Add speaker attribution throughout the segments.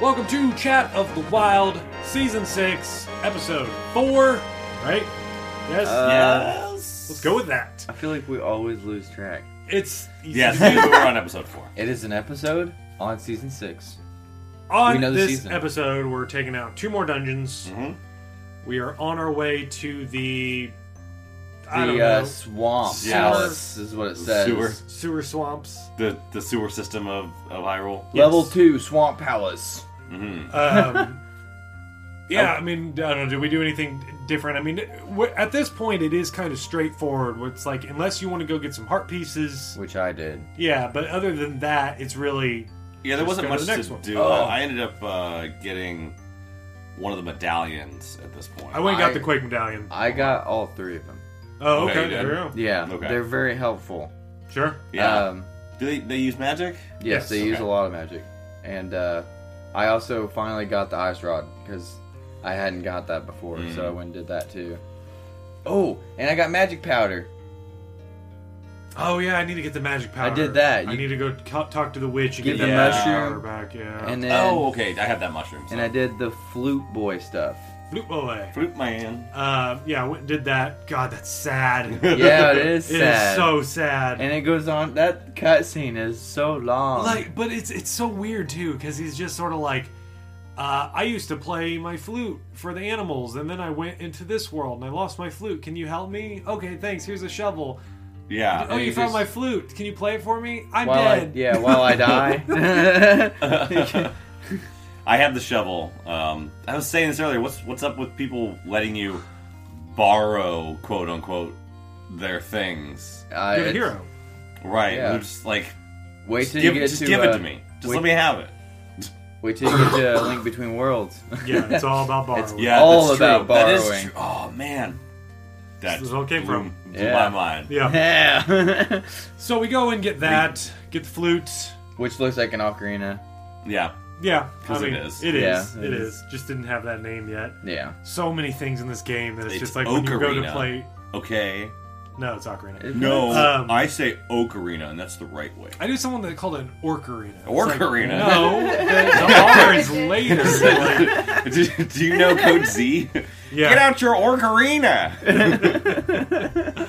Speaker 1: Welcome to Chat of the Wild, Season 6, Episode 4. Right? Yes?
Speaker 2: Uh,
Speaker 3: Yes.
Speaker 1: Let's go with that.
Speaker 2: I feel like we always lose track.
Speaker 1: It's
Speaker 3: Yes, we were on episode four.
Speaker 2: It is an episode on season six.
Speaker 1: on
Speaker 2: we know the
Speaker 1: this
Speaker 2: season.
Speaker 1: episode, we're taking out two more dungeons.
Speaker 3: Mhm.
Speaker 1: We are on our way to the.
Speaker 2: The
Speaker 1: I don't
Speaker 2: uh,
Speaker 1: know.
Speaker 2: swamp
Speaker 3: Sewer.
Speaker 2: palace is what it says.
Speaker 3: Sewer.
Speaker 1: Sewer swamps.
Speaker 3: The the sewer system of of Hyrule.
Speaker 2: Level two swamp palace.
Speaker 3: Mm-hmm.
Speaker 1: Um, yeah,
Speaker 2: Oh.
Speaker 1: I mean, I don't know. Did we do anything different? I mean, w- at this point, it is kind of straightforward. where It's like, unless you want to go get some heart pieces.
Speaker 2: Which I did.
Speaker 1: Yeah, but other than that, it's really.
Speaker 3: Yeah, there
Speaker 1: Let's
Speaker 3: wasn't
Speaker 1: go
Speaker 3: much
Speaker 1: to the
Speaker 3: to
Speaker 1: next one.
Speaker 3: do.
Speaker 2: Oh.
Speaker 3: Uh, I ended up uh, getting one of the medallions at this point.
Speaker 1: I went and got
Speaker 2: I-
Speaker 1: the Quake Medallion.
Speaker 2: I got all three of them.
Speaker 1: Oh,
Speaker 3: Okay,
Speaker 1: okay.
Speaker 3: you did.
Speaker 1: there we go.
Speaker 2: Yeah,
Speaker 3: Okay.
Speaker 2: they're very helpful.
Speaker 1: Sure.
Speaker 3: Yeah.
Speaker 2: Um,
Speaker 3: do they they use magic?
Speaker 2: yes,
Speaker 1: Yes,
Speaker 2: they use
Speaker 3: okay.
Speaker 2: a lot of magic. And uh, I also finally got the ice rod because I hadn't got that before, so I
Speaker 3: Mm.
Speaker 2: went and did that too. Oh, and I got magic powder.
Speaker 1: Oh yeah, I need to get the magic powder.
Speaker 2: did that.
Speaker 1: I
Speaker 2: You-
Speaker 1: need to go t- talk to the witch and
Speaker 2: Get
Speaker 1: get,
Speaker 3: the
Speaker 1: the magic
Speaker 2: mushroom.
Speaker 1: powder back. Yeah.
Speaker 2: And then
Speaker 3: Oh, okay. I have that mushroom. So.
Speaker 2: and I did the flute boy stuff.
Speaker 1: Flute boy.
Speaker 3: Fruit man.
Speaker 1: Uh, yeah, I went and did that. God, that's sad. It
Speaker 2: Yeah, it is
Speaker 1: is
Speaker 2: sad.
Speaker 1: so sad.
Speaker 2: And it goes on. That cutscene is so long.
Speaker 1: like, but it's it's so weird too because he's just sort of like, uh, I used to play my flute for the animals, and then I went into this world and I lost my flute. Can you help me? Okay, thanks. Here's a shovel.
Speaker 3: Yeah.
Speaker 1: Oh,
Speaker 2: he
Speaker 1: you found
Speaker 2: just-
Speaker 1: my flute. Can you play it for me? I'm
Speaker 2: while I,
Speaker 1: dead.
Speaker 2: yeah, while I die.
Speaker 3: I have the shovel. Um, I was saying this earlier. What's what's up with people letting you borrow quote unquote their things?
Speaker 2: I,
Speaker 1: You're a
Speaker 2: it's-
Speaker 1: hero.
Speaker 3: Right.
Speaker 2: Yeah.
Speaker 3: They're just like
Speaker 2: Uh, Wait
Speaker 3: just
Speaker 2: till
Speaker 3: give,
Speaker 2: you get
Speaker 3: just
Speaker 2: to
Speaker 3: give it
Speaker 2: uh,
Speaker 3: to me. Just
Speaker 2: wait-
Speaker 3: let me have it.
Speaker 2: Wait till you get to Link Between Worlds.
Speaker 1: Yeah, it's all about borrowing.
Speaker 2: It's-
Speaker 3: Yeah,
Speaker 2: All
Speaker 3: that's
Speaker 2: about
Speaker 3: true. That is
Speaker 2: borrowing.
Speaker 3: true. Oh man, that
Speaker 1: This is all came
Speaker 3: blew-
Speaker 1: from.
Speaker 3: blew
Speaker 2: Yeah.
Speaker 3: my mind.
Speaker 1: Yeah.
Speaker 2: Yeah.
Speaker 1: So we go and get that, get the flute.
Speaker 2: Which looks like an ocarina.
Speaker 3: Yeah,
Speaker 1: Yeah,
Speaker 3: 'Cause it is.
Speaker 1: It is.
Speaker 2: Yeah,
Speaker 1: it
Speaker 2: it is.
Speaker 1: is. Just didn't have that name yet.
Speaker 2: Yeah.
Speaker 1: So many things in this game that it's,
Speaker 3: It's
Speaker 1: just like when you go to
Speaker 3: Ocarina.
Speaker 1: play.
Speaker 3: Okay.
Speaker 1: No, it's Ocarina.
Speaker 3: No,
Speaker 1: Um,
Speaker 3: I say ocarina, and that's the right way.
Speaker 1: I knew someone that called it an Orcarina. It's like,
Speaker 3: Orcarina.
Speaker 1: no, the, the R is later. Like,
Speaker 3: do, do you know Code Z? Get
Speaker 1: yeah.
Speaker 3: out your ocarina.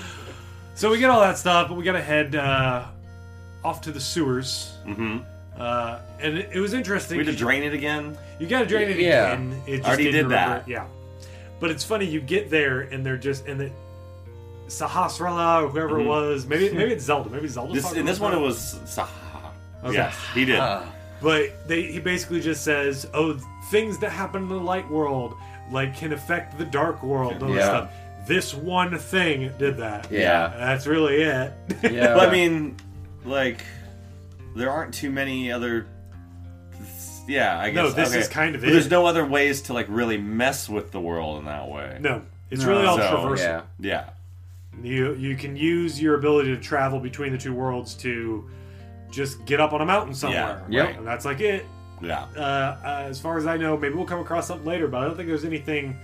Speaker 1: So we get all that stuff, but we gotta head uh, off to the sewers.
Speaker 3: hmm
Speaker 1: Uh, and it, it was interesting.
Speaker 3: We had to drain it again.
Speaker 1: You gotta drain it
Speaker 2: Yeah.
Speaker 1: again. It just
Speaker 3: Already
Speaker 1: didn't
Speaker 3: did
Speaker 1: remember
Speaker 3: that.
Speaker 1: it. Yeah. But it's funny, you get there and they're just and the Sahasrala or whoever it
Speaker 3: Mhm.
Speaker 1: was, maybe maybe it's Zelda, maybe Zelda.
Speaker 3: This in this one it was Saha.
Speaker 1: Okay.
Speaker 3: Yes, he did.
Speaker 2: Ah.
Speaker 1: But they he basically just says, Oh, things that happen in the light world like can affect the dark world, and all this
Speaker 2: Yeah.
Speaker 1: stuff. This one thing did that.
Speaker 2: yeah.
Speaker 1: And that's really it.
Speaker 2: Yeah.
Speaker 3: But I mean, like, there aren't too many other. Yeah, I guess.
Speaker 1: No, this
Speaker 3: okay.
Speaker 1: is kind of
Speaker 3: But There's
Speaker 1: it.
Speaker 3: no other ways to like really mess with the world in that way.
Speaker 1: No. It's really all
Speaker 3: So,
Speaker 1: traversal.
Speaker 2: yeah.
Speaker 3: Yeah.
Speaker 1: You you can use your ability to travel between the two worlds to just get up on a mountain somewhere.
Speaker 2: Yeah.
Speaker 1: right? And that's like it.
Speaker 3: Yeah.
Speaker 1: Uh, uh, as far as I know, maybe we'll come across something later, but I don't think there's anything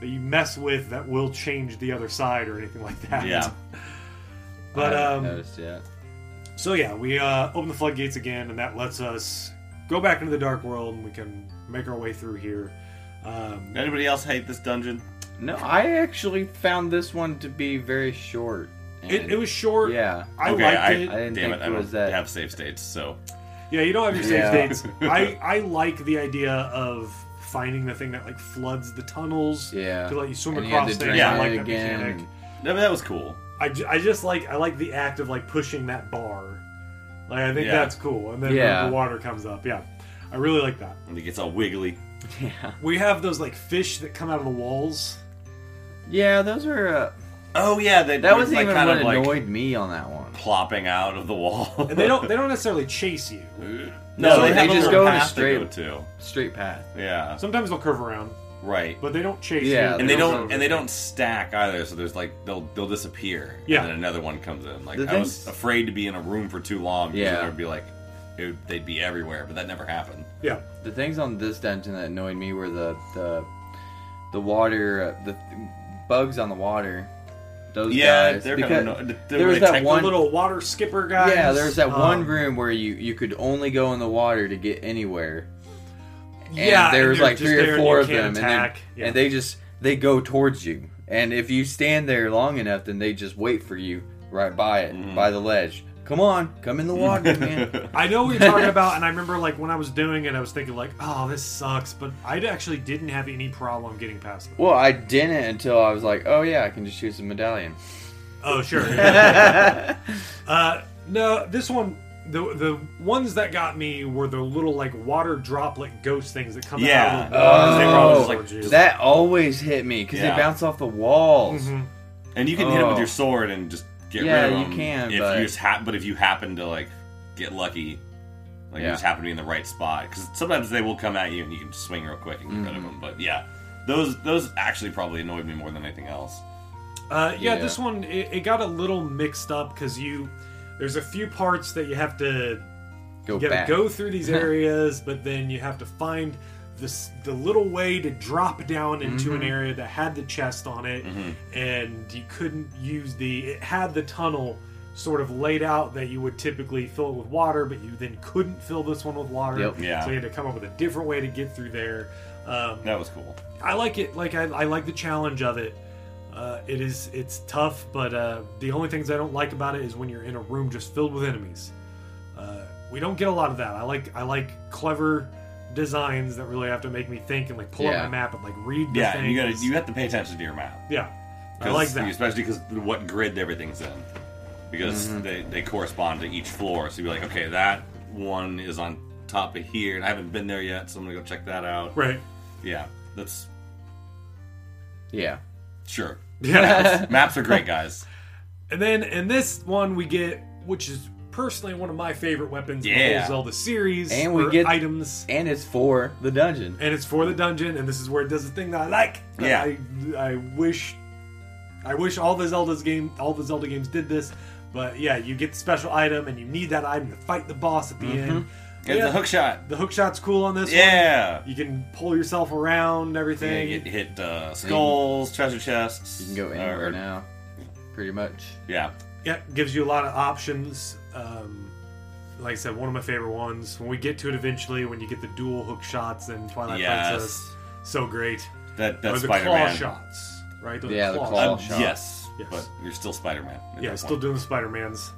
Speaker 1: that you mess with that will change the other side or anything like that.
Speaker 3: Yeah.
Speaker 1: But
Speaker 2: I haven't
Speaker 1: um,
Speaker 2: noticed yet.
Speaker 1: so yeah, we uh, open the floodgates again, and that lets us go back into the dark world, and we can make our way through here. Um,
Speaker 3: Anybody else hate this dungeon?
Speaker 2: No, I actually found this one to be very short.
Speaker 1: it,
Speaker 2: and-
Speaker 1: it was short.
Speaker 2: Yeah.
Speaker 1: I
Speaker 3: okay,
Speaker 1: liked
Speaker 3: I,
Speaker 1: it.
Speaker 2: I didn't
Speaker 3: damn
Speaker 2: think
Speaker 3: it, I
Speaker 2: it
Speaker 3: don't
Speaker 2: was that-
Speaker 3: have save states, so
Speaker 1: Yeah, you don't have your save
Speaker 2: Yeah.
Speaker 1: states. I, I like the idea of finding the thing that like floods the tunnels
Speaker 2: Yeah.
Speaker 1: to let you swim
Speaker 2: And you had
Speaker 1: across
Speaker 2: to
Speaker 1: things.
Speaker 2: drain
Speaker 3: Yeah.
Speaker 1: I like
Speaker 2: it
Speaker 1: that
Speaker 2: again.
Speaker 1: mechanic.
Speaker 3: no, but that was cool.
Speaker 1: I, ju- I just like I like the act of like pushing that bar. Like I think
Speaker 3: Yeah.
Speaker 1: that's cool. And then
Speaker 2: Yeah.
Speaker 1: the, the water comes up. Yeah. I really like that.
Speaker 3: And it gets all wiggly.
Speaker 2: Yeah.
Speaker 1: We have those like fish that come out of the walls.
Speaker 2: Yeah, those are. Uh,
Speaker 3: Oh yeah, they,
Speaker 2: that was
Speaker 3: like,
Speaker 2: even
Speaker 3: kind
Speaker 2: what
Speaker 3: of like
Speaker 2: annoyed me on that one.
Speaker 3: plopping out of the wall.
Speaker 1: And they don't they don't necessarily chase you.
Speaker 3: no,
Speaker 2: No,
Speaker 3: they,
Speaker 2: they
Speaker 3: have a
Speaker 2: just
Speaker 3: little
Speaker 2: go in a
Speaker 3: path
Speaker 2: straight-
Speaker 3: to go
Speaker 2: Straight path.
Speaker 3: to. Yeah,
Speaker 1: Sometimes they'll curve around,
Speaker 3: right.
Speaker 1: but they don't chase you.
Speaker 2: Yeah,
Speaker 3: and they
Speaker 1: run
Speaker 3: don't
Speaker 1: over
Speaker 3: and they
Speaker 1: you.
Speaker 3: don't stack either. So there's like they'll they'll disappear.
Speaker 1: Yeah.
Speaker 3: and then another one comes in. Like
Speaker 2: The
Speaker 3: I was
Speaker 2: things-
Speaker 3: afraid to be in a room for too long. because
Speaker 2: Yeah.
Speaker 3: there'd be like it, would- they'd be everywhere, but that never happened.
Speaker 1: Yeah.
Speaker 2: The things on this dungeon that annoyed me were the the the water, uh, the th- bugs on the water. Those
Speaker 3: yeah,
Speaker 2: guys.
Speaker 3: they're
Speaker 2: because,
Speaker 3: kind of anno-
Speaker 2: there was
Speaker 3: they
Speaker 2: that
Speaker 3: tech-
Speaker 1: The
Speaker 2: One-
Speaker 1: little water skipper guys.
Speaker 2: yeah, there's that
Speaker 1: um,
Speaker 2: one room where you you could only go in the water to get anywhere. and
Speaker 1: Yeah,
Speaker 2: there
Speaker 1: and
Speaker 2: was
Speaker 1: they're
Speaker 2: like
Speaker 1: just
Speaker 2: three
Speaker 1: there
Speaker 2: or
Speaker 1: and
Speaker 2: four
Speaker 1: you
Speaker 2: of
Speaker 1: can't
Speaker 2: them,
Speaker 1: attack.
Speaker 2: and, then,
Speaker 1: Yeah.
Speaker 2: and they just they go towards you. And if you stand there long enough, then they just wait for you right by it,
Speaker 3: Mm-hmm.
Speaker 2: by the ledge. Come on, come in the water, man.
Speaker 1: I know what you're talking about, and I remember like when I was doing it, I was thinking like, "Oh, this sucks," but I actually didn't have any problem getting past them.
Speaker 2: well, I didn't until I was like, oh yeah, I can just shoot some medallion.
Speaker 1: Oh, sure. uh, no, this one, the the ones that got me were the little like water droplet ghost things that come
Speaker 3: Yeah.
Speaker 1: out. Of the
Speaker 3: they were
Speaker 1: water.
Speaker 3: all
Speaker 2: Oh,
Speaker 3: just like-
Speaker 1: Gorgeous.
Speaker 2: that always hit me because
Speaker 3: Yeah.
Speaker 2: they bounce off the walls.
Speaker 1: Mhm.
Speaker 3: And you can hit him with
Speaker 2: Oh.
Speaker 3: your sword and just get
Speaker 2: Yeah,
Speaker 3: rid of
Speaker 2: you
Speaker 3: him.
Speaker 2: can,
Speaker 3: If
Speaker 2: but-
Speaker 3: you just hap- but if you happen to like get lucky, like you
Speaker 2: Yeah.
Speaker 3: just happen to be in the right spot, because sometimes they will come at you and you can just swing real quick and get
Speaker 2: Mm-hmm.
Speaker 3: rid of them. But yeah, those those actually probably annoyed me more than anything else.
Speaker 1: Uh, yeah,
Speaker 2: Yeah.
Speaker 1: this one it, it got a little mixed up because you there's a few parts that you have to
Speaker 2: Go
Speaker 1: you
Speaker 2: back.
Speaker 1: gotta go through these areas, but then you have to find this the little way to drop down into
Speaker 2: Mm-hmm.
Speaker 1: an area that had the chest on it,
Speaker 3: Mm-hmm.
Speaker 1: and you couldn't use the it had the tunnel sort of laid out that you would typically fill it with water, but you then couldn't fill this one with water.
Speaker 2: Yep.
Speaker 3: Yeah.
Speaker 1: So you had to come up with a different way to get through there. Um,
Speaker 3: That was cool.
Speaker 1: I like it. Like I, I like the challenge of it. Uh, it is it's tough, but uh, the only things I don't like about it is when you're in a room just filled with enemies. Uh, we don't get a lot of that. I like I like clever designs that really have to make me think and like pull
Speaker 2: Yeah.
Speaker 1: up my map and like read the
Speaker 3: Yeah,
Speaker 1: things.
Speaker 3: and you gotta you have to pay attention to your map.
Speaker 1: yeah, I
Speaker 3: 'Cause-
Speaker 1: like that.
Speaker 3: especially because what grid everything's in, because
Speaker 1: Mm-hmm.
Speaker 3: they, they correspond to each floor. So you'd be like, okay, that one is on top of here, and I haven't been there yet, so I'm gonna go check that out.
Speaker 1: Right.
Speaker 3: Yeah, that's
Speaker 2: Yeah.
Speaker 3: sure.
Speaker 1: Yeah.
Speaker 3: Maps are great, guys.
Speaker 1: and then in this one we get, which is personally one of my favorite weapons in the
Speaker 3: Yeah.
Speaker 1: whole Zelda series,
Speaker 2: And we
Speaker 1: or
Speaker 2: get-
Speaker 1: items.
Speaker 2: And it's for the dungeon.
Speaker 1: and it's for the dungeon and this is where it does the thing that i like that
Speaker 3: Yeah.
Speaker 1: I, I wish i wish all the zelda's game all the zelda games did this but yeah you get the special item and you need that item to fight the boss at the end
Speaker 3: Get
Speaker 1: yeah,
Speaker 3: Mm-hmm. the hook shot.
Speaker 1: the hook shot's cool on this one
Speaker 3: Yeah.
Speaker 1: you can pull yourself around and
Speaker 3: Yeah,
Speaker 1: everything
Speaker 3: get hit uh, skulls, treasure chests.
Speaker 2: You can go
Speaker 3: or-
Speaker 2: anywhere now, pretty much.
Speaker 3: Yeah.
Speaker 1: yeah gives you a lot of options um like I said, one of my favorite ones. When we get to it eventually, when you get the dual hook shots and Twilight
Speaker 3: yes.
Speaker 1: Princess, so great.
Speaker 3: That
Speaker 1: or
Speaker 3: that's
Speaker 1: the
Speaker 3: Spider
Speaker 1: claw
Speaker 3: Man.
Speaker 1: shots, right? Those are
Speaker 2: Yeah, the claw
Speaker 1: shots.
Speaker 2: Claw shot.
Speaker 3: Yes,
Speaker 1: Yes.
Speaker 3: But you're still Spider Man.
Speaker 1: Yeah, still doing the Spider Mans.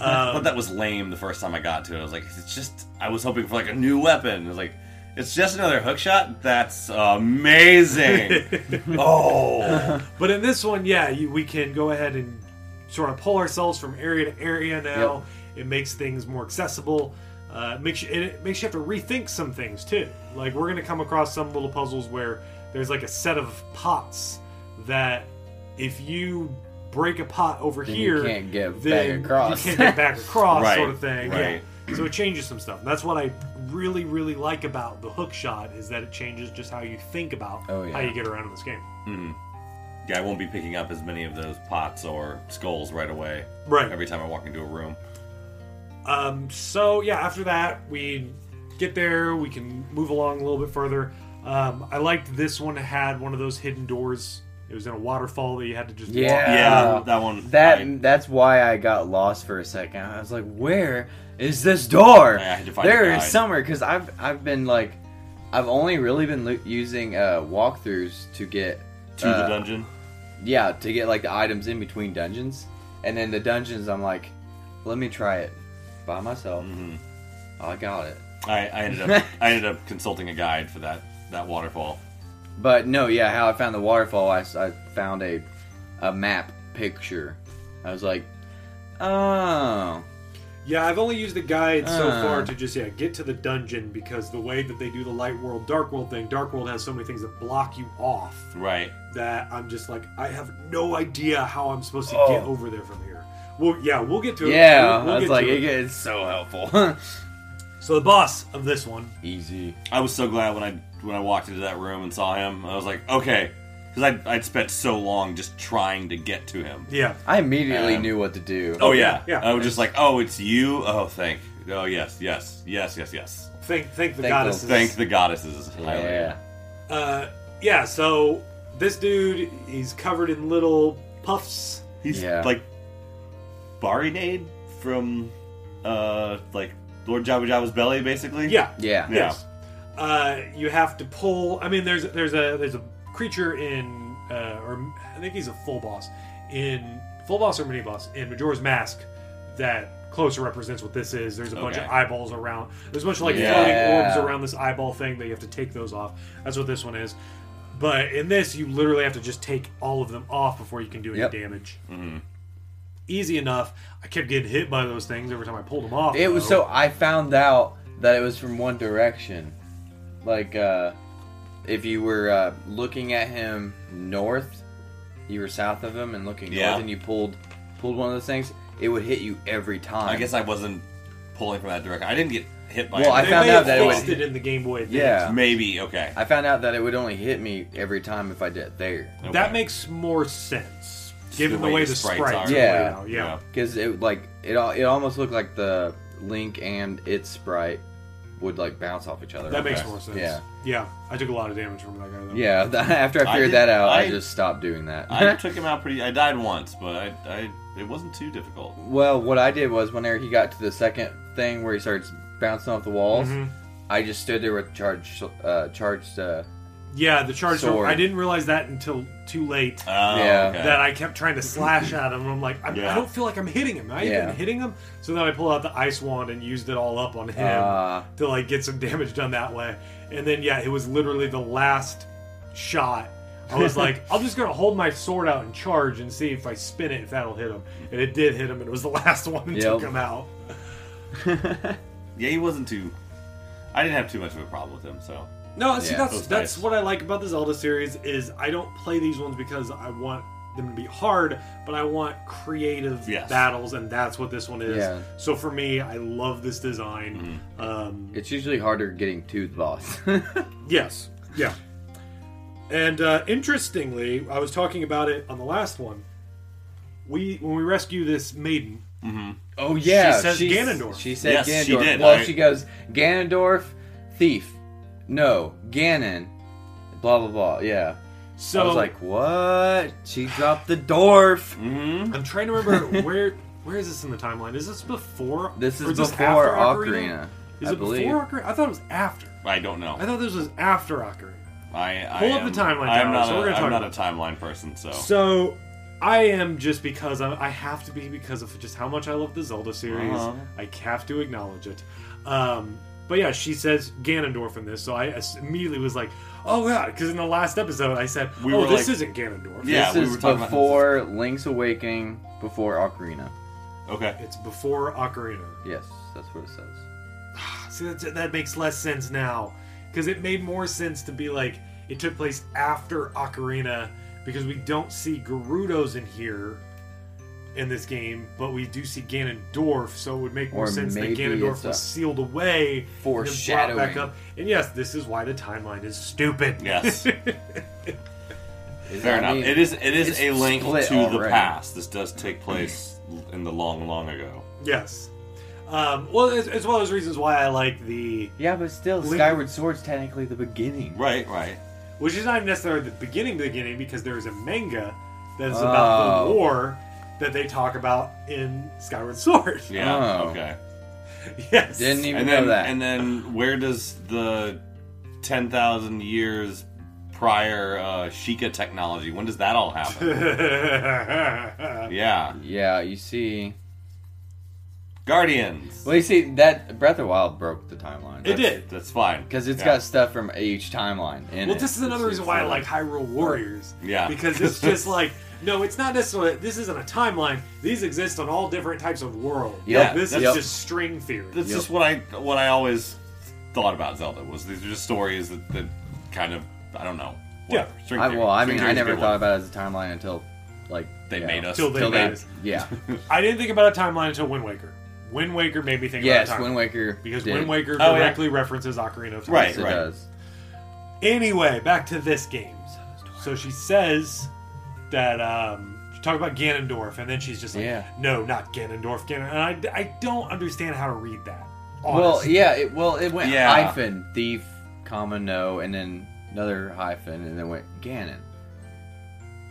Speaker 1: Um,
Speaker 3: but that was lame the first time I got to it. I was like, it's just. I was hoping for like a new weapon. It was like, it's just another hook shot. That's amazing. oh.
Speaker 1: but in this one, yeah, you, we can go ahead and sort of pull ourselves from area to area now. It makes things more accessible. Uh, makes you, and it makes you have to rethink some things too. Like we're gonna come across some little puzzles where there's like a set of pots that if you break a pot over
Speaker 2: Then you
Speaker 1: here,
Speaker 2: can't get
Speaker 1: then
Speaker 2: back across.
Speaker 1: You can't get back across,
Speaker 3: Right,
Speaker 1: sort of thing.
Speaker 3: right.
Speaker 1: Yeah. So it changes some stuff. And that's what I really, really like about the hook shot is that it changes just how you think about
Speaker 2: Oh, yeah.
Speaker 1: how you get around in this game.
Speaker 3: Hmm. Yeah, I won't be picking up as many of those pots or skulls right away.
Speaker 1: Right.
Speaker 3: Every time I walk into a room.
Speaker 1: Um, so yeah, after that we get there. We can move along a little bit further. Um, I liked this one had one of those hidden doors. It was in a waterfall that you had to just
Speaker 2: Yeah.
Speaker 1: walk.
Speaker 3: Yeah,
Speaker 2: Uh,
Speaker 3: that one.
Speaker 2: That
Speaker 3: I-
Speaker 2: that's why I got lost for a second. I was like, "Where is this door?"
Speaker 3: I had to find a
Speaker 2: There
Speaker 3: guide.
Speaker 2: is somewhere because I've I've been like, I've only really been lo- using uh, walkthroughs to get
Speaker 3: to
Speaker 2: uh,
Speaker 3: the dungeon.
Speaker 2: Yeah, to get like the items in between dungeons, and then the dungeons, I'm like, "Let me try it by myself." I got it.
Speaker 3: Mm-hmm. I, I ended up I ended up consulting a guide for that that waterfall.
Speaker 2: But no, yeah, how I found the waterfall, I, I found a a map picture. I was like, oh,
Speaker 1: Yeah, I've only used the guide so
Speaker 2: Uh.
Speaker 1: far to just yeah get to the dungeon because the way that they do the light world, dark world thing, dark world has so many things that block you off
Speaker 3: Right.
Speaker 1: that I'm just like I have no idea how I'm supposed to
Speaker 2: Oh.
Speaker 1: get over there from here. Well, yeah, we'll get to it.
Speaker 2: yeah.
Speaker 1: We'll- we'll
Speaker 2: I was
Speaker 1: get
Speaker 2: like,
Speaker 1: to
Speaker 2: it.
Speaker 1: it.
Speaker 2: it's so helpful.
Speaker 1: so the boss of this one,
Speaker 2: Easy.
Speaker 3: I was so glad when I when I walked into that room and saw him. I was like, okay, because I'd, I'd spent so long just trying to get to him.
Speaker 1: yeah,
Speaker 2: I immediately
Speaker 3: Um,
Speaker 2: knew what to do.
Speaker 3: Oh yeah,
Speaker 1: Yeah.
Speaker 3: I was just like, oh, it's you. Oh, thank. Oh yes, yes, yes, yes, yes.
Speaker 1: thank thank the
Speaker 2: Thank
Speaker 1: goddesses.
Speaker 2: those-
Speaker 3: Thank the goddesses.
Speaker 2: yeah.
Speaker 1: Uh, yeah, so this dude, he's covered in little puffs.
Speaker 3: He's
Speaker 2: Yeah.
Speaker 3: like Barinade from uh like Lord Jabba Jabba's belly, basically.
Speaker 1: Yeah.
Speaker 2: Yeah.
Speaker 1: Yes. uh, you have to pull. I mean, there's there's a there's a creature in, uh, or I think he's a full boss in full boss or mini boss in Majora's Mask that closer represents what this is. There's a bunch of
Speaker 3: Okay.
Speaker 1: eyeballs around. There's a bunch of like
Speaker 3: Yeah.
Speaker 1: floating orbs around this eyeball thing that you have to take those off. That's what this one is. But in this, you literally have to just take all of them off before you can do any
Speaker 2: Yep. Mm-hmm.
Speaker 1: damage. Easy enough. I kept getting hit by those things every time I pulled them off.
Speaker 2: It was
Speaker 1: though.
Speaker 2: so I found out that it was from One Direction. Like uh if you were uh, looking at him north, you were south of him and looking
Speaker 3: Yeah.
Speaker 2: north and you pulled pulled one of those things, it would hit you every time.
Speaker 3: I guess I wasn't pulling from that direction. I didn't get hit by
Speaker 2: Well,
Speaker 3: it.
Speaker 2: I
Speaker 1: They
Speaker 2: found
Speaker 1: may
Speaker 2: out
Speaker 1: have
Speaker 2: that it
Speaker 1: fixed
Speaker 2: would-
Speaker 1: it in the Game Boy. Advance.
Speaker 2: Yeah.
Speaker 3: Maybe, okay.
Speaker 2: I found out that it would only hit me every time if I did there.
Speaker 3: Okay.
Speaker 1: That makes more sense,
Speaker 3: Just
Speaker 1: given the way, the sprites, are.
Speaker 2: Yeah.
Speaker 1: laid out, yeah.
Speaker 2: Cuz it would, like it al- it almost looked like the Link and its sprite would like bounce off each other.
Speaker 1: That makes
Speaker 3: Okay.
Speaker 1: more sense.
Speaker 2: Yeah.
Speaker 1: yeah. I took a lot of damage from that guy. Though.
Speaker 2: yeah, after I
Speaker 3: I
Speaker 2: figured
Speaker 3: did-
Speaker 2: that out, I,
Speaker 3: I-
Speaker 2: just stopped doing that.
Speaker 3: I took him out pretty. I died once, but I, I it wasn't too difficult.
Speaker 2: Well, what I did was whenever he got to the second thing where he starts bouncing off the walls,
Speaker 1: Mhm.
Speaker 2: I just stood there with charged, uh, charged. Uh,
Speaker 1: yeah. The charge.
Speaker 2: Sword.
Speaker 1: I didn't realize that until too late.
Speaker 3: Oh,
Speaker 2: Yeah.
Speaker 3: okay.
Speaker 1: That I kept trying to slash at him. and I'm like, I'm, I
Speaker 3: Yeah.
Speaker 1: don't feel like I'm hitting him. Am I
Speaker 2: Yeah.
Speaker 1: even hitting him? So then I pulled out the ice wand and used it all up on him
Speaker 2: Ah.
Speaker 1: to like get some damage done that way. And then yeah, it was literally the last shot. I was like, I'm just gonna hold my sword out and charge and see if I spin it if that'll hit him. And it did hit him, and it was the last one and
Speaker 2: Yep.
Speaker 1: took him out.
Speaker 3: yeah, he wasn't too. I didn't have too much of a problem with him, so
Speaker 1: No, see,
Speaker 2: Yeah,
Speaker 1: that's
Speaker 3: those
Speaker 1: that's
Speaker 3: dice.
Speaker 1: what I like about the Zelda series is I don't play these ones because I want them to be hard, but I want creative
Speaker 3: Yes.
Speaker 1: battles, and that's what this one is.
Speaker 2: Yeah. Mm-hmm.
Speaker 1: So for me, I love this design. Um,
Speaker 2: it's usually harder getting to the boss.
Speaker 1: yes, yeah. And uh, interestingly, I was talking about it on the last one. We when we rescue this maiden,
Speaker 2: oh yeah,
Speaker 1: She says Ganondorf.
Speaker 2: She said
Speaker 3: Yes,
Speaker 2: Ganondorf.
Speaker 3: she did,
Speaker 2: Well,
Speaker 3: I-
Speaker 2: she goes Ganondorf, thief. No, Ganon. Blah blah blah. Yeah.
Speaker 1: so
Speaker 2: I was like, what? She dropped the dwarf.
Speaker 3: mm-hmm.
Speaker 1: I'm trying to remember where where is this in the timeline? Is this before?
Speaker 2: This
Speaker 1: or
Speaker 2: is
Speaker 1: this
Speaker 2: before
Speaker 1: after
Speaker 2: Ocarina.
Speaker 1: Is
Speaker 2: I
Speaker 1: it
Speaker 2: believe.
Speaker 1: before Ocarina? I thought it was after.
Speaker 3: I don't know.
Speaker 1: I thought this was after Ocarina.
Speaker 3: I, I
Speaker 1: Pull up
Speaker 3: am-
Speaker 1: the timeline, Tyler,
Speaker 3: I'm not.
Speaker 1: so
Speaker 3: a,
Speaker 1: we're gonna
Speaker 3: I'm
Speaker 1: talk
Speaker 3: not a timeline person, so,
Speaker 1: So I am just because I'm, I have to be because of just how much I love the Zelda series.
Speaker 3: Uh-huh.
Speaker 1: I have to acknowledge it. Um, but yeah, she says Ganondorf in this, so I as- immediately was like, "Oh yeah," because in the last episode I said,
Speaker 3: We
Speaker 1: "Oh,
Speaker 3: were
Speaker 1: this
Speaker 3: like-
Speaker 1: isn't Ganondorf.
Speaker 3: Yeah, we
Speaker 2: this
Speaker 3: were
Speaker 2: is
Speaker 3: talking about this.
Speaker 2: before Link's Awakening, before Ocarina.
Speaker 3: okay.
Speaker 1: It's before Ocarina."
Speaker 2: Yes, that's what it says.
Speaker 1: See, that, that makes less sense now because it made more sense to be like it took place after Ocarina because we don't see Gerudos in here in this game, but we do see Ganondorf, so it would make more
Speaker 2: Or
Speaker 1: sense that
Speaker 2: maybe
Speaker 1: Ganondorf
Speaker 2: it's a
Speaker 1: was sealed away and then brought back
Speaker 2: foreshadowing.
Speaker 1: up. And yes, this is why the timeline is stupid.
Speaker 3: Yes.
Speaker 2: Is
Speaker 3: Fair
Speaker 2: that
Speaker 3: enough.
Speaker 2: mean-
Speaker 3: it is. It is
Speaker 2: it's
Speaker 3: a link to
Speaker 2: split
Speaker 3: the
Speaker 2: already.
Speaker 3: past. This does take place in the long, long ago.
Speaker 1: yes. Um, well, it's, it's one of those reasons why I like the,
Speaker 2: Yeah, but still,
Speaker 1: Link-
Speaker 2: Skyward Sword's technically the beginning.
Speaker 3: Right. Right.
Speaker 1: which is not necessarily the beginning beginning because there is a manga that is about the
Speaker 2: Oh.
Speaker 1: war that they talk about in Skyward Sword.
Speaker 3: Yeah.
Speaker 2: Oh.
Speaker 3: Okay.
Speaker 1: Yes.
Speaker 2: Didn't even
Speaker 3: and
Speaker 2: know
Speaker 3: then,
Speaker 2: that.
Speaker 3: and then where does the 10,000 years prior uh, Sheikah technology, when does that all happen? yeah.
Speaker 2: yeah, you see.
Speaker 3: Guardians.
Speaker 2: Well, you see that Breath of the Wild broke the timeline
Speaker 1: It
Speaker 3: That's-
Speaker 1: did.
Speaker 3: That's fine.
Speaker 2: because it's
Speaker 3: Yeah.
Speaker 2: got stuff from each timeline in
Speaker 1: well,
Speaker 2: it.
Speaker 1: this is another
Speaker 2: It's-
Speaker 1: reason why I
Speaker 2: it's, uh,
Speaker 1: like Hyrule Warriors.
Speaker 3: Yeah.
Speaker 1: Because it's just like no, it's not necessarily. This isn't a timeline. These exist on all different types of worlds.
Speaker 2: Yep.
Speaker 1: Like, this
Speaker 2: Yep.
Speaker 1: is just string theory.
Speaker 3: That's
Speaker 2: Yep.
Speaker 3: just what I what I always thought about Zelda was these are just stories that, that kind of I don't know.
Speaker 1: Yeah.
Speaker 3: whatever. String
Speaker 2: I,
Speaker 3: theory.
Speaker 2: well, I
Speaker 3: String
Speaker 2: mean,
Speaker 3: theory's
Speaker 2: I
Speaker 3: a
Speaker 2: never
Speaker 3: good
Speaker 2: thought
Speaker 3: one.
Speaker 2: about it as a timeline until like
Speaker 3: they
Speaker 2: yeah.
Speaker 3: made us.
Speaker 1: Till they
Speaker 2: Till
Speaker 1: made
Speaker 2: that,
Speaker 1: us.
Speaker 2: yeah.
Speaker 1: I didn't think about a timeline until Wind Waker. Wind Waker made me think
Speaker 2: yes,
Speaker 1: about a timeline
Speaker 2: Wind Waker.
Speaker 1: because
Speaker 2: did.
Speaker 1: Wind Waker
Speaker 3: Oh, yeah.
Speaker 1: directly references Ocarina of Time.
Speaker 3: Right.
Speaker 2: Yes, it does.
Speaker 1: Anyway, back to this game. So she says that um, she talked about Ganondorf, and then she's just like,
Speaker 2: Yeah.
Speaker 1: "No, not Ganondorf, Ganon." And I, I don't understand how to read that.
Speaker 2: Well,
Speaker 1: honestly.
Speaker 2: yeah. It, well, it went
Speaker 3: Yeah.
Speaker 2: hyphen thief, comma no, and then another hyphen, and then went Ganon.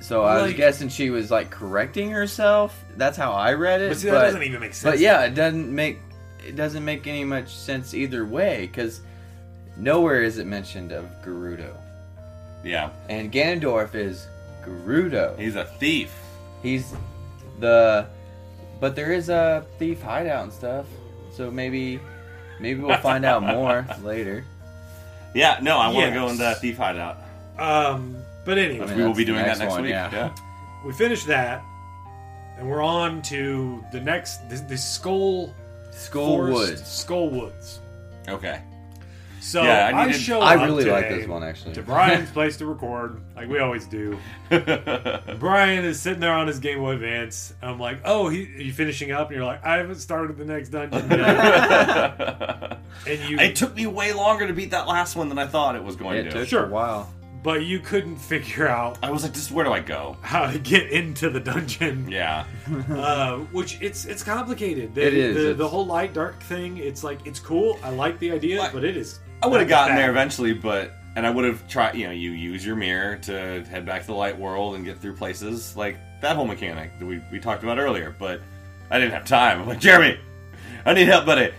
Speaker 2: So I was
Speaker 1: Like-
Speaker 2: guessing she was like correcting herself. That's how I read it.
Speaker 1: but see, that doesn't even make sense.
Speaker 2: But yeah, it doesn't make it doesn't make any much sense either way because Nowhere is it mentioned of Gerudo.
Speaker 3: Yeah,
Speaker 2: And Ganondorf is Gerudo.
Speaker 3: he's a thief.
Speaker 2: He's the but there is a thief hideout and stuff. So maybe maybe we'll find out more later.
Speaker 3: Yeah, no, I want to
Speaker 1: Yes.
Speaker 3: go in the thief hideout.
Speaker 1: Um, but anyway,
Speaker 2: I mean,
Speaker 3: we will
Speaker 2: that's
Speaker 3: be
Speaker 2: the
Speaker 3: doing
Speaker 2: next
Speaker 3: that next
Speaker 2: one,
Speaker 3: week.
Speaker 2: yeah.
Speaker 1: we finished that, and we're on to the next the, the Skull
Speaker 2: Skull
Speaker 1: Forest-
Speaker 2: Woods.
Speaker 1: Skull Woods.
Speaker 3: yeah. Okay.
Speaker 1: So
Speaker 3: Yeah, I
Speaker 1: I,
Speaker 3: needed-
Speaker 1: show.
Speaker 2: I
Speaker 1: up
Speaker 2: really like
Speaker 1: today
Speaker 2: this one actually.
Speaker 1: To Brian's place to record, like we always do. Brian is sitting there on his Game Boy Advance. And I'm like, "Oh, he, are you finishing up?" And you're like, "I haven't started the next dungeon." Yet. and you,
Speaker 3: it took me way longer to beat that last one than I thought it was going
Speaker 2: It
Speaker 3: to.
Speaker 2: took
Speaker 1: Sure.
Speaker 2: a while.
Speaker 1: but you couldn't figure out
Speaker 3: I was like, just where do I go?
Speaker 1: how to get into the dungeon.
Speaker 3: Yeah.
Speaker 1: uh, which it's it's complicated. The,
Speaker 2: It is,
Speaker 1: the, the
Speaker 2: it's-
Speaker 1: whole light dark thing. It's like it's cool. I like the idea,
Speaker 3: Like,
Speaker 1: but it is.
Speaker 3: I would have gotten there
Speaker 1: bad.
Speaker 3: eventually, but and I would have tried. You know, you use your mirror to head back to the light world and get through places like that whole mechanic that we we talked about earlier. But I didn't have time. I'm like, Jeremy, I need help, buddy.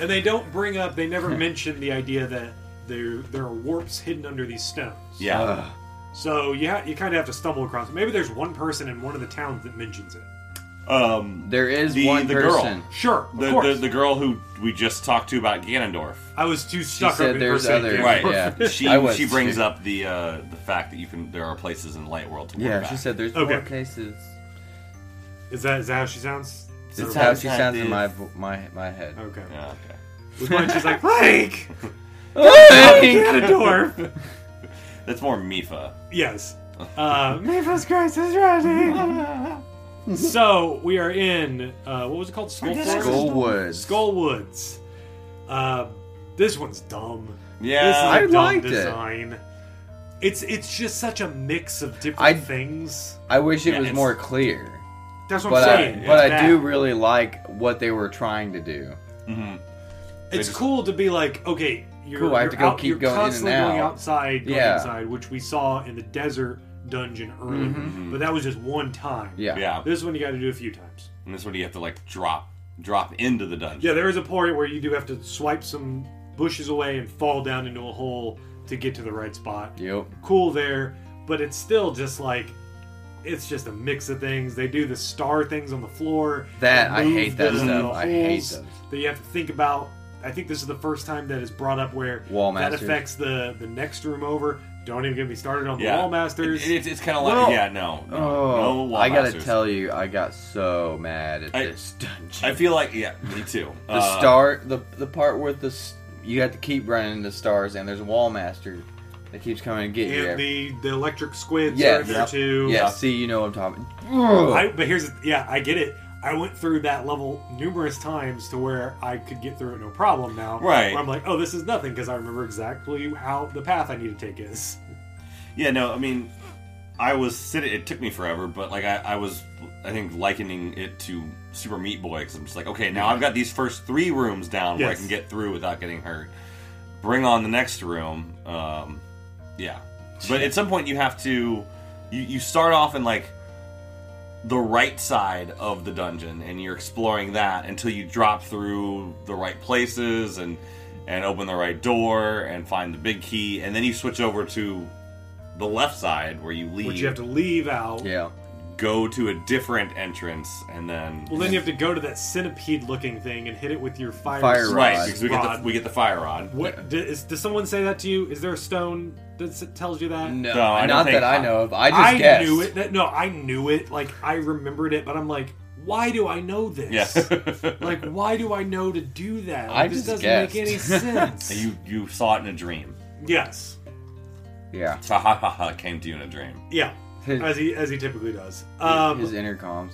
Speaker 1: And they don't bring up. They never mention the idea that there there are warps hidden under these stones.
Speaker 3: Yeah.
Speaker 2: Ugh.
Speaker 1: So you ha- you kind of have to stumble across. It. Maybe there's one person in one of the towns that mentions it.
Speaker 3: um,
Speaker 2: There is
Speaker 3: The-
Speaker 2: one
Speaker 3: the girl.
Speaker 2: person.
Speaker 1: Sure, of
Speaker 3: the,
Speaker 1: course.
Speaker 3: the the girl who we just talked to about Ganondorf.
Speaker 1: I was too stuck
Speaker 2: said
Speaker 1: up in
Speaker 2: there's
Speaker 1: person.
Speaker 2: others.
Speaker 3: Right.
Speaker 2: Yeah.
Speaker 3: She
Speaker 2: I was
Speaker 3: she brings
Speaker 2: too.
Speaker 3: up the uh, the fact that you can there are places in light world to work
Speaker 2: Yeah,
Speaker 3: back.
Speaker 2: she said there's
Speaker 1: Okay.
Speaker 2: more cases.
Speaker 1: Is that is that how she sounds? Is
Speaker 2: It's
Speaker 1: that
Speaker 2: how
Speaker 1: right?
Speaker 2: she
Speaker 3: Sometimes
Speaker 2: sounds in
Speaker 3: it's-
Speaker 2: my vo- my my head.
Speaker 1: Okay.
Speaker 3: Yeah, okay.
Speaker 1: With mine, she's like, Lake,
Speaker 2: Hey!
Speaker 1: Ganondorf.
Speaker 3: That's more Mifa.
Speaker 1: yes. Uh, Maple's Christ is ready. so we are in uh, what was it called? Skull Forest?
Speaker 2: Skull Woods.
Speaker 1: Skull Woods. Uh, this one's dumb. this is a
Speaker 3: Yeah.
Speaker 2: I
Speaker 1: dumb
Speaker 2: liked it.
Speaker 1: design. It's it's just such a mix of different
Speaker 2: I-
Speaker 1: things.
Speaker 2: I wish it
Speaker 3: Yeah,
Speaker 2: was
Speaker 3: it's-
Speaker 2: more clear.
Speaker 1: That's what
Speaker 2: But
Speaker 1: I'm
Speaker 2: I,
Speaker 1: saying.
Speaker 2: but
Speaker 1: It's
Speaker 2: I do
Speaker 1: bad.
Speaker 2: really like what they were trying to do.
Speaker 3: Mhm.
Speaker 1: It's
Speaker 3: just-
Speaker 1: cool to be like, okay, you're,
Speaker 2: Cool, I have
Speaker 1: you're
Speaker 2: to go
Speaker 1: out-
Speaker 2: keep
Speaker 1: you're
Speaker 2: going in and
Speaker 1: constantly going
Speaker 2: out.
Speaker 1: outside, going
Speaker 2: Yeah.
Speaker 1: inside, which we saw in the desert dungeon earlier. But that was just one time.
Speaker 2: Mm-hmm. Yeah.
Speaker 3: Yeah.
Speaker 1: This one you got to do a few times.
Speaker 3: And this one you have to like drop drop into the dungeon.
Speaker 1: Yeah, there is a point where you do have to swipe some bushes away and fall down into a hole to get to the right spot.
Speaker 2: Yep.
Speaker 1: Cool there, but it's still just like it's just a mix of things. They do the star things on the floor.
Speaker 2: That-
Speaker 1: They
Speaker 2: I
Speaker 1: move
Speaker 2: hate that
Speaker 1: the-
Speaker 2: stuff.
Speaker 1: the
Speaker 2: I hate
Speaker 1: holes
Speaker 2: those.
Speaker 1: That you have to think about. I think this is the first time that is brought up where
Speaker 2: Wall
Speaker 1: that
Speaker 2: masters.
Speaker 1: affects the the next room over. Don't even get me started on
Speaker 3: Yeah.
Speaker 1: the wall masters.
Speaker 3: It, it, it's kind of like
Speaker 2: Well-
Speaker 3: yeah, no, no,
Speaker 2: Oh,
Speaker 3: no wall
Speaker 2: I gotta
Speaker 3: masters.
Speaker 2: tell you, I got so mad at
Speaker 3: I-
Speaker 2: this dungeon.
Speaker 3: I feel like yeah, me too.
Speaker 2: the
Speaker 3: Uh,
Speaker 2: start, the the part with the s- you have to keep running into stars, and there's a wall master that keeps coming to get you.
Speaker 1: and
Speaker 2: every-
Speaker 1: the, the electric squids are
Speaker 2: Yes.
Speaker 1: in there too.
Speaker 2: yeah, see, you know what I'm talking. Ugh.
Speaker 1: I, but here's the, yeah, I get it. I went through that level numerous times to where I could get through it no problem now.
Speaker 3: Right.
Speaker 1: Where I'm like, oh, this is nothing because I remember exactly how the path I need to take is.
Speaker 3: Yeah, no, I mean, I was sitting. It took me forever, but like I, I was, I think likening it to Super Meat Boy because I'm just like, okay, now I've got these first three rooms down where I
Speaker 1: Yes.
Speaker 3: can get through without getting hurt. Bring on the next room. Um, yeah, but at some point you have to, you you start off in like the right side of the dungeon and you're exploring that until you drop through the right places and and open the right door and find the big key and then you switch over to the left side where you leave
Speaker 1: Which you have to leave out.
Speaker 2: yeah,
Speaker 3: go to a different entrance and then
Speaker 1: Well, then you have to go to that centipede looking thing and hit it with your fire,
Speaker 2: Fire
Speaker 1: sword.
Speaker 3: right
Speaker 2: rod.
Speaker 3: because we get the,
Speaker 1: Rod.
Speaker 3: we get the fire rod
Speaker 1: What do- is- does someone say that to you? Is there a stone that s- tells you that?
Speaker 2: no,
Speaker 3: No, I don't
Speaker 2: not
Speaker 3: think-
Speaker 2: that I know of. I just
Speaker 1: I
Speaker 2: guessed.
Speaker 1: knew it. That, no, I knew it. Like I remembered it, but I'm like, why do I know this?
Speaker 3: yeah
Speaker 1: like, why do I know to do that?
Speaker 2: I
Speaker 1: Like, this
Speaker 2: just
Speaker 1: doesn't
Speaker 2: guessed.
Speaker 1: make any sense.
Speaker 3: you you saw it in a dream
Speaker 1: Yes.
Speaker 2: Yeah,
Speaker 3: ha ha ha ha came to you in a dream
Speaker 1: Yeah.
Speaker 2: His-
Speaker 1: As he as he typically does. Um,
Speaker 2: his intercoms.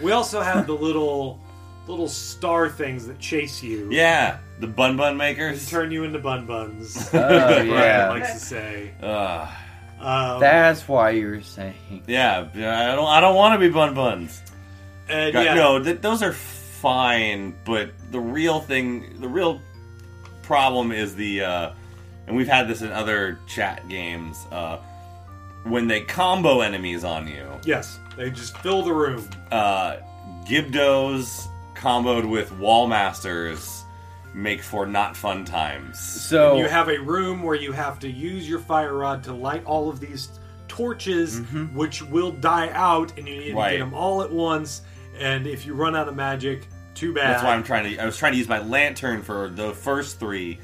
Speaker 1: we also have the little little star things that chase you
Speaker 3: yeah the bun bun
Speaker 1: and
Speaker 3: makers
Speaker 1: turn you into bun buns.
Speaker 2: Oh
Speaker 1: Brian
Speaker 2: yeah,
Speaker 1: likes to say.
Speaker 3: Ugh.
Speaker 1: Um,
Speaker 2: that's why you were saying.
Speaker 3: yeah I don't I don't want to be bun buns
Speaker 1: and
Speaker 3: God,
Speaker 1: yeah,
Speaker 3: No, th- those are fine, but the real thing, the real problem is the, uh, and we've had this in other chat games, uh, when they combo enemies on you,
Speaker 1: Yes, they just fill the room.
Speaker 3: uh, Gibdos comboed with Wall Masters make for not fun times.
Speaker 2: So
Speaker 1: you have a room where you have to use your fire rod to light all of these torches, which will die out, and you need to
Speaker 3: Mm-hmm. Right.
Speaker 1: get them all at once. And if you run out of magic, too bad.
Speaker 3: That's why I'm trying to. I was trying to use my lantern for the first three,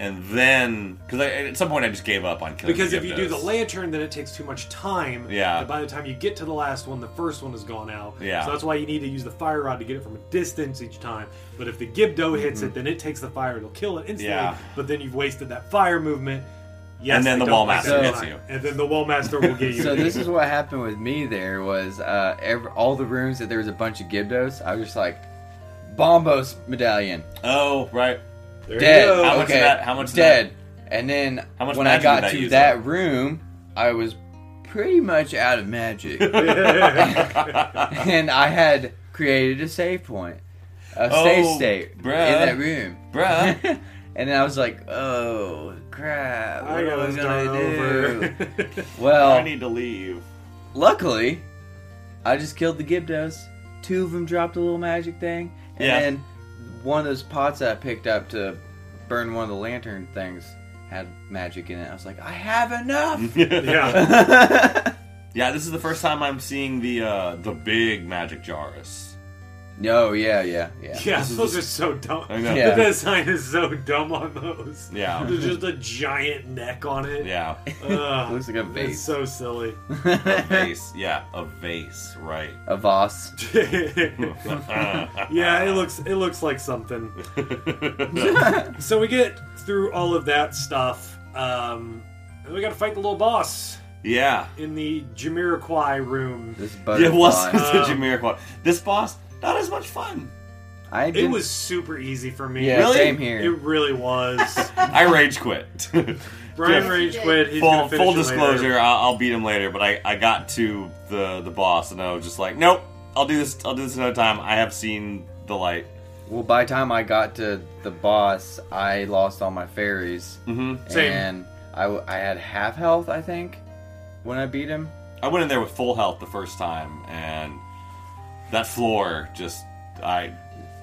Speaker 3: and then because at some point I just gave up on killing.
Speaker 1: because if you do the
Speaker 3: Gibdos.
Speaker 1: lantern, then it takes too much time.
Speaker 3: Yeah.
Speaker 1: And by the time you get to the last one, the first one has gone out.
Speaker 3: Yeah.
Speaker 1: So that's why you need to use the fire rod to get it from a distance each time. But if the Gibdo hits it, then it takes the fire; it'll kill it instantly.
Speaker 3: Mm-hmm. Yeah.
Speaker 1: But then you've wasted that fire movement. Yes,
Speaker 3: And then
Speaker 1: they
Speaker 3: the
Speaker 1: don't
Speaker 3: Wall
Speaker 1: like
Speaker 3: Master
Speaker 1: that
Speaker 3: hits
Speaker 1: design.
Speaker 3: you.
Speaker 1: And then the wall master will get you.
Speaker 2: so this is what happened with me there was uh every, all the rooms that there was a bunch of gibdos i was just like bombos medallion
Speaker 3: oh right,
Speaker 1: There you
Speaker 2: dead
Speaker 1: go.
Speaker 3: How much
Speaker 2: okay
Speaker 3: of that- how much of
Speaker 2: dead and then
Speaker 3: How much
Speaker 2: when i
Speaker 3: magic
Speaker 2: got
Speaker 3: did that
Speaker 2: to
Speaker 3: use
Speaker 2: that room i was pretty much out of magic and i had created a save point a
Speaker 3: Oh,
Speaker 2: save state
Speaker 3: bruh.
Speaker 2: in that room
Speaker 3: bruh.
Speaker 2: and then i was like oh crap what
Speaker 1: I
Speaker 2: am
Speaker 1: gotta
Speaker 2: I
Speaker 1: start
Speaker 2: gonna do?
Speaker 1: over.
Speaker 2: well
Speaker 3: I need to leave.
Speaker 2: Luckily, I just killed the Gibdos. Two of them dropped a little magic thing, and
Speaker 3: Yeah.
Speaker 2: then one of those pots that I picked up to burn one of the lantern things had magic in it. I was like, I have enough.
Speaker 1: yeah. Mm-hmm.
Speaker 3: Yeah, this is the first time I'm seeing the uh, the big magic jars.
Speaker 2: no, yeah, yeah, yeah.
Speaker 1: Yeah,
Speaker 3: This is
Speaker 1: those
Speaker 3: just-
Speaker 1: are so dumb.
Speaker 3: I know.
Speaker 2: Yeah.
Speaker 1: The design is so dumb on those.
Speaker 3: Yeah.
Speaker 1: There's just a giant neck on it.
Speaker 3: Yeah,
Speaker 1: Ugh,
Speaker 2: Looks like a
Speaker 1: It's
Speaker 2: vase.
Speaker 1: so silly.
Speaker 3: a vase. Yeah, a vase. Right.
Speaker 2: a vase.
Speaker 1: yeah, it looks it looks like something. so we get through all of that stuff. Um, and we got to fight the little boss
Speaker 3: yeah.
Speaker 1: in the Jamiroquai room.
Speaker 2: This
Speaker 3: It
Speaker 2: butterfly.
Speaker 3: was
Speaker 1: Uh,
Speaker 3: such a miracle. This boss, not as much fun.
Speaker 2: I
Speaker 1: It
Speaker 2: didn't-
Speaker 1: was super easy for me.
Speaker 2: Yeah,
Speaker 3: Really?
Speaker 2: same
Speaker 1: It
Speaker 2: here.
Speaker 1: really was.
Speaker 3: I rage quit.
Speaker 1: Brian
Speaker 3: Just
Speaker 1: Rage quit. He's
Speaker 3: full
Speaker 1: gonna finish
Speaker 3: full
Speaker 1: it later.
Speaker 3: disclosure, I'll, I'll beat him later. But I, I got to the the boss and I was just like, nope. I'll do this. I'll do this another time. I have seen the light.
Speaker 2: well, by the time I got to the boss, I lost all my fairies,
Speaker 3: hmm
Speaker 1: Same.
Speaker 2: and I, w- I had half health, I think, when I beat him.
Speaker 3: I went in there with full health the first time, and that floor just I.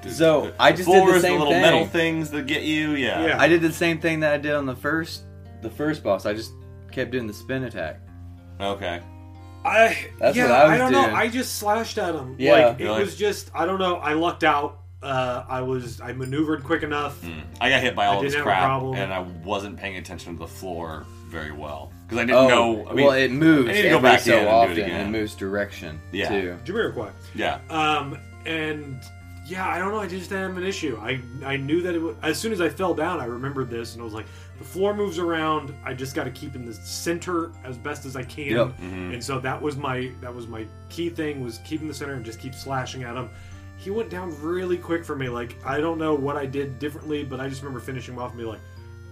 Speaker 2: So, I just did the
Speaker 3: floors,
Speaker 2: same
Speaker 3: little
Speaker 2: thing.
Speaker 3: metal things that get you. Yeah.
Speaker 1: Yeah.
Speaker 2: I did the same thing that I did on the first the first boss. I just kept doing the spin attack.
Speaker 3: Okay.
Speaker 1: I
Speaker 2: That's
Speaker 1: yeah,
Speaker 2: what I was
Speaker 1: don't
Speaker 2: doing.
Speaker 1: know. I just slashed at him.
Speaker 2: Yeah.
Speaker 1: like, it
Speaker 3: Really?
Speaker 1: was just I don't know. I lucked out. Uh, I was I maneuvered quick enough.
Speaker 2: Mm.
Speaker 3: Hmm. I got hit by all
Speaker 1: didn't
Speaker 3: this
Speaker 1: have a
Speaker 3: crap,
Speaker 1: problem.
Speaker 3: and I wasn't paying attention to the floor very well because I didn't
Speaker 2: Oh,
Speaker 3: know. I mean,
Speaker 2: well, it moves
Speaker 3: I need to
Speaker 2: every
Speaker 3: go back
Speaker 2: so
Speaker 3: in and do it
Speaker 2: often.
Speaker 3: again.
Speaker 2: moves direction
Speaker 3: Yeah.
Speaker 2: too.
Speaker 1: Jamiroquai.
Speaker 3: yeah,
Speaker 1: Um, and yeah, I don't know. I just didn't have an issue. I I knew that it would, as soon as I fell down, I remembered this, and I was like, the floor moves around. I just got to keep in the center as best as I can.
Speaker 2: Yep.
Speaker 3: mm-hmm.
Speaker 1: And so that was my that was my key thing was keeping the center and just keep slashing at him. He went down really quick for me. Like I don't know what I did differently, but I just remember finishing him off and be like,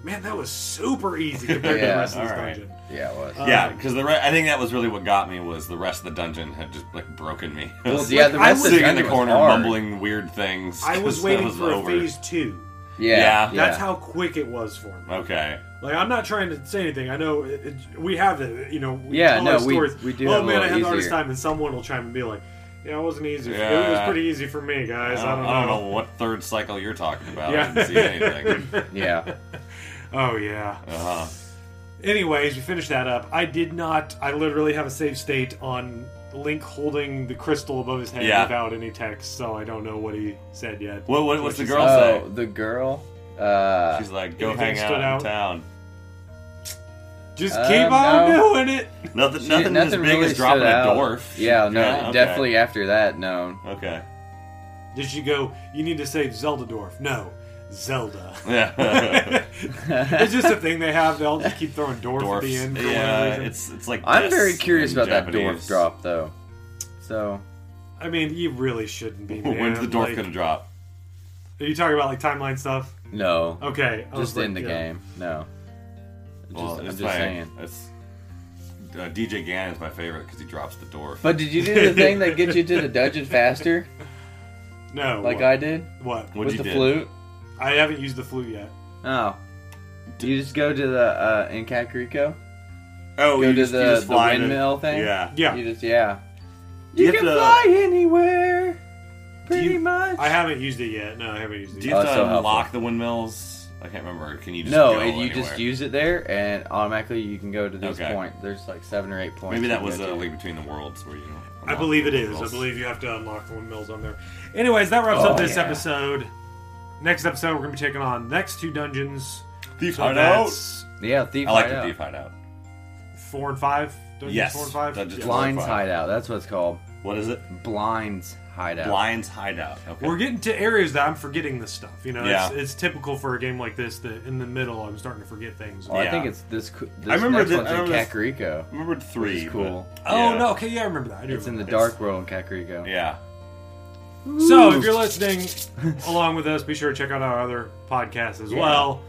Speaker 1: man, that was super easy compared to
Speaker 2: Yeah,
Speaker 1: the rest of this
Speaker 3: alright.
Speaker 1: dungeon.
Speaker 2: Yeah, it was.
Speaker 1: Uh,
Speaker 3: yeah, because the re- I think that was really what got me was the rest of the dungeon had just like broken me. I
Speaker 2: Well,
Speaker 3: was
Speaker 2: yeah, the
Speaker 1: I
Speaker 2: rest
Speaker 1: was
Speaker 2: of the
Speaker 3: sitting in the
Speaker 2: dungeon was
Speaker 3: corner
Speaker 2: hard.
Speaker 3: mumbling weird things.
Speaker 1: I was
Speaker 3: 'cause
Speaker 1: waiting
Speaker 3: that was
Speaker 1: for
Speaker 3: over.
Speaker 1: a phase two.
Speaker 2: Yeah,
Speaker 3: Yeah.
Speaker 1: That's how quick it was for me.
Speaker 3: Okay.
Speaker 1: Like I'm not trying to say anything. I know it, it- we have it. You know, we
Speaker 2: Yeah,
Speaker 1: tell
Speaker 2: no,
Speaker 1: our
Speaker 2: we-
Speaker 1: stories.
Speaker 2: we do
Speaker 1: Oh
Speaker 2: have a
Speaker 1: man,
Speaker 2: little
Speaker 1: I had the hardest
Speaker 2: easier.
Speaker 1: time, and someone will chime and be like, "Yeah, it wasn't easy. It was
Speaker 3: Yeah.
Speaker 1: pretty easy for me, guys. I don't,
Speaker 3: I don't know what third cycle you're talking about.
Speaker 1: Yeah.
Speaker 3: I didn't see anything.
Speaker 2: yeah.
Speaker 1: Oh yeah.
Speaker 3: Uh-huh.
Speaker 1: Anyways, we finished that up. I did not. I literally have a save state on Link holding the crystal above his head
Speaker 3: Yeah.
Speaker 1: without any text, so I don't know what he said yet.
Speaker 3: What, what, what's the
Speaker 1: Which
Speaker 3: girl
Speaker 2: Oh,
Speaker 3: say?
Speaker 2: the girl. Uh,
Speaker 3: She's like, go
Speaker 1: anything
Speaker 3: hang
Speaker 1: stood
Speaker 3: out,
Speaker 1: out?
Speaker 3: in town.
Speaker 1: Just
Speaker 2: Uh,
Speaker 1: keep on
Speaker 2: no.
Speaker 1: doing it.
Speaker 3: Nothing,
Speaker 2: she-
Speaker 3: nothing, as big
Speaker 2: really
Speaker 3: as dropping a
Speaker 2: stood out.
Speaker 3: dwarf.
Speaker 2: Yeah, no,
Speaker 3: okay.
Speaker 2: definitely after that, no.
Speaker 3: Okay.
Speaker 1: Did she go? You need to save Zelda Dwarf. No, Zelda.
Speaker 3: Yeah.
Speaker 1: it's just a thing they have. They'll just keep throwing dwarf at
Speaker 3: Dwarfs.
Speaker 1: the end. For
Speaker 3: yeah,
Speaker 1: whatever reason.
Speaker 3: it's it's like.
Speaker 2: I'm
Speaker 3: this
Speaker 2: very curious
Speaker 3: in
Speaker 2: about
Speaker 3: Japanese.
Speaker 2: that dwarf drop though. So
Speaker 1: I mean, you really shouldn't be. Man.
Speaker 3: When's the dwarf
Speaker 1: Like,
Speaker 3: gonna drop?
Speaker 1: Are you talking about like timeline stuff?
Speaker 2: no,
Speaker 1: Okay, I was
Speaker 2: just in the
Speaker 1: like, yeah.
Speaker 2: game, no. Just,
Speaker 3: Well,
Speaker 2: I'm
Speaker 3: it's
Speaker 2: just
Speaker 3: my-
Speaker 2: saying.
Speaker 3: It's, uh, DJ Gannon is my favorite because he drops the dwarf.
Speaker 2: But did you do the thing that gets you to the dungeon faster,
Speaker 1: No,
Speaker 2: like
Speaker 1: what?
Speaker 2: I did
Speaker 1: what?
Speaker 3: What'd
Speaker 2: with
Speaker 3: you
Speaker 2: the
Speaker 3: did?
Speaker 2: flute?
Speaker 1: I haven't used the flute yet.
Speaker 2: Oh. You just go to the uh, in Kakariko.
Speaker 3: Oh,
Speaker 2: Go
Speaker 3: you
Speaker 2: to
Speaker 3: just, you
Speaker 2: the-
Speaker 3: just
Speaker 2: the
Speaker 3: fly to-
Speaker 2: windmill thing?
Speaker 3: Yeah.
Speaker 1: Yeah,
Speaker 2: You just yeah. You,
Speaker 3: You have
Speaker 2: can
Speaker 3: to-
Speaker 2: fly anywhere. Pretty
Speaker 1: you-
Speaker 2: much.
Speaker 1: I haven't used it yet. No, I haven't used it.
Speaker 3: Do
Speaker 1: Yet.
Speaker 3: you have
Speaker 2: Oh, that's
Speaker 3: to
Speaker 2: so helpful.
Speaker 3: unlock the windmills? I can't remember. Can you just
Speaker 2: no,
Speaker 3: go
Speaker 2: and you
Speaker 3: anywhere?
Speaker 2: just use it there, and automatically you can go to this
Speaker 3: Okay.
Speaker 2: point. There's like seven or eight points.
Speaker 3: Maybe
Speaker 2: you
Speaker 3: that
Speaker 2: can
Speaker 3: was
Speaker 2: go
Speaker 3: a
Speaker 2: to.
Speaker 3: link between the worlds where you.
Speaker 1: I
Speaker 3: unlock
Speaker 1: believe it
Speaker 3: the
Speaker 1: is. I
Speaker 3: worlds.
Speaker 1: believe you have to unlock the windmills on there. Anyways, that wraps
Speaker 2: Oh,
Speaker 1: up this
Speaker 2: yeah.
Speaker 1: episode. Next episode, we're gonna be taking on the next two dungeons.
Speaker 3: Thief
Speaker 1: So
Speaker 3: Hideout.
Speaker 1: that's
Speaker 2: Yeah, thief
Speaker 3: I like the
Speaker 2: hideout.
Speaker 3: Thief Hideout.
Speaker 1: four and five. Dungeons
Speaker 3: Yes,
Speaker 1: four and five.
Speaker 3: Dungeons
Speaker 1: Yeah.
Speaker 3: four and
Speaker 2: Blinds
Speaker 3: Glorified.
Speaker 2: hideout. That's what it's called.
Speaker 3: What is it?
Speaker 2: Blinds hideout.
Speaker 3: Blinds Hideout. Okay.
Speaker 1: We're getting to areas that I'm forgetting this stuff. You know,
Speaker 3: Yeah.
Speaker 1: it's, it's typical for a game like this that in the middle I'm starting to forget things.
Speaker 2: Well, I
Speaker 3: Yeah.
Speaker 2: think it's this. co- this
Speaker 3: remember
Speaker 2: next
Speaker 3: the-
Speaker 2: one's
Speaker 3: I
Speaker 2: in
Speaker 3: remember this-
Speaker 2: Kakariko.
Speaker 3: I remembered three.
Speaker 2: Which is cool.
Speaker 3: but-
Speaker 1: Oh
Speaker 3: yeah.
Speaker 1: no! Okay, yeah, I remember that. I do
Speaker 2: It's in the
Speaker 1: remember
Speaker 2: dark
Speaker 1: that.
Speaker 2: world in Kakariko.
Speaker 3: Yeah.
Speaker 1: So if you're listening along with us, be sure to check out our other podcasts as
Speaker 2: Yeah.
Speaker 1: well.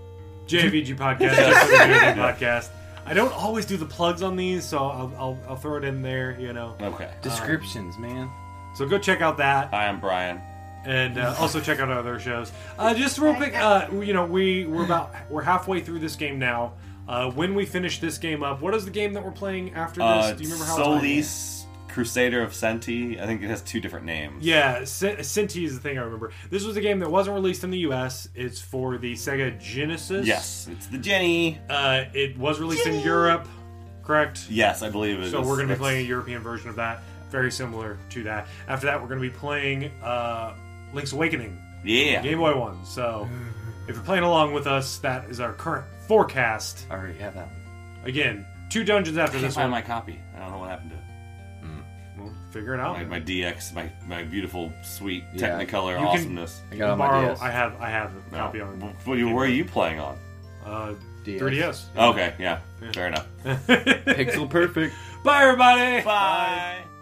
Speaker 1: JVG podcast, Just Put It Together podcast. I don't always do the plugs on these, so I'll, I'll, I'll throw it in there. You know,
Speaker 3: Okay.
Speaker 2: Descriptions, man.
Speaker 1: so go check out that.
Speaker 3: Hi, I'm Brian.
Speaker 1: and uh, also check out our other shows. Uh, just real quick, uh, you know, we we're about we're halfway through this game now. Uh, when we finish this game up, what is the game that we're playing after this?
Speaker 3: Uh,
Speaker 1: Do you remember how it's called?
Speaker 3: Solis Crusader of Senti. I think it has two different names.
Speaker 1: Yeah, Sen- Senti is the thing I remember. This was a game that wasn't released in the U.S. It's for the Sega Genesis.
Speaker 3: Yes, it's the Jenny.
Speaker 1: uh, it was released in Europe, correct?
Speaker 3: Yes, I believe it is.
Speaker 1: So we're going to be
Speaker 3: That's-
Speaker 1: playing a European version of that, very similar to that. After that, we're going to be playing uh, Link's Awakening.
Speaker 3: Yeah.
Speaker 1: Game Boy one. So if you're playing along with us, that is our current forecast.
Speaker 2: I already have that. one.
Speaker 1: Again, two dungeons after
Speaker 3: I can't
Speaker 1: this
Speaker 3: find
Speaker 1: one.
Speaker 3: my copy. I don't know what happened to it.
Speaker 1: We'll figure it out.
Speaker 3: My, my DX, my, my beautiful, sweet
Speaker 2: Yeah.
Speaker 3: Technicolor
Speaker 1: You can-
Speaker 3: awesomeness.
Speaker 2: I
Speaker 1: You
Speaker 2: got on my
Speaker 1: borrow-
Speaker 2: DS.
Speaker 1: I have I have a
Speaker 3: No.
Speaker 1: copy on
Speaker 3: What- what- where are you playing on?
Speaker 1: uh,
Speaker 2: DS.
Speaker 1: 3DS.
Speaker 3: Okay, yeah, fair enough.
Speaker 2: Pixel perfect.
Speaker 1: Bye everybody.
Speaker 3: Bye.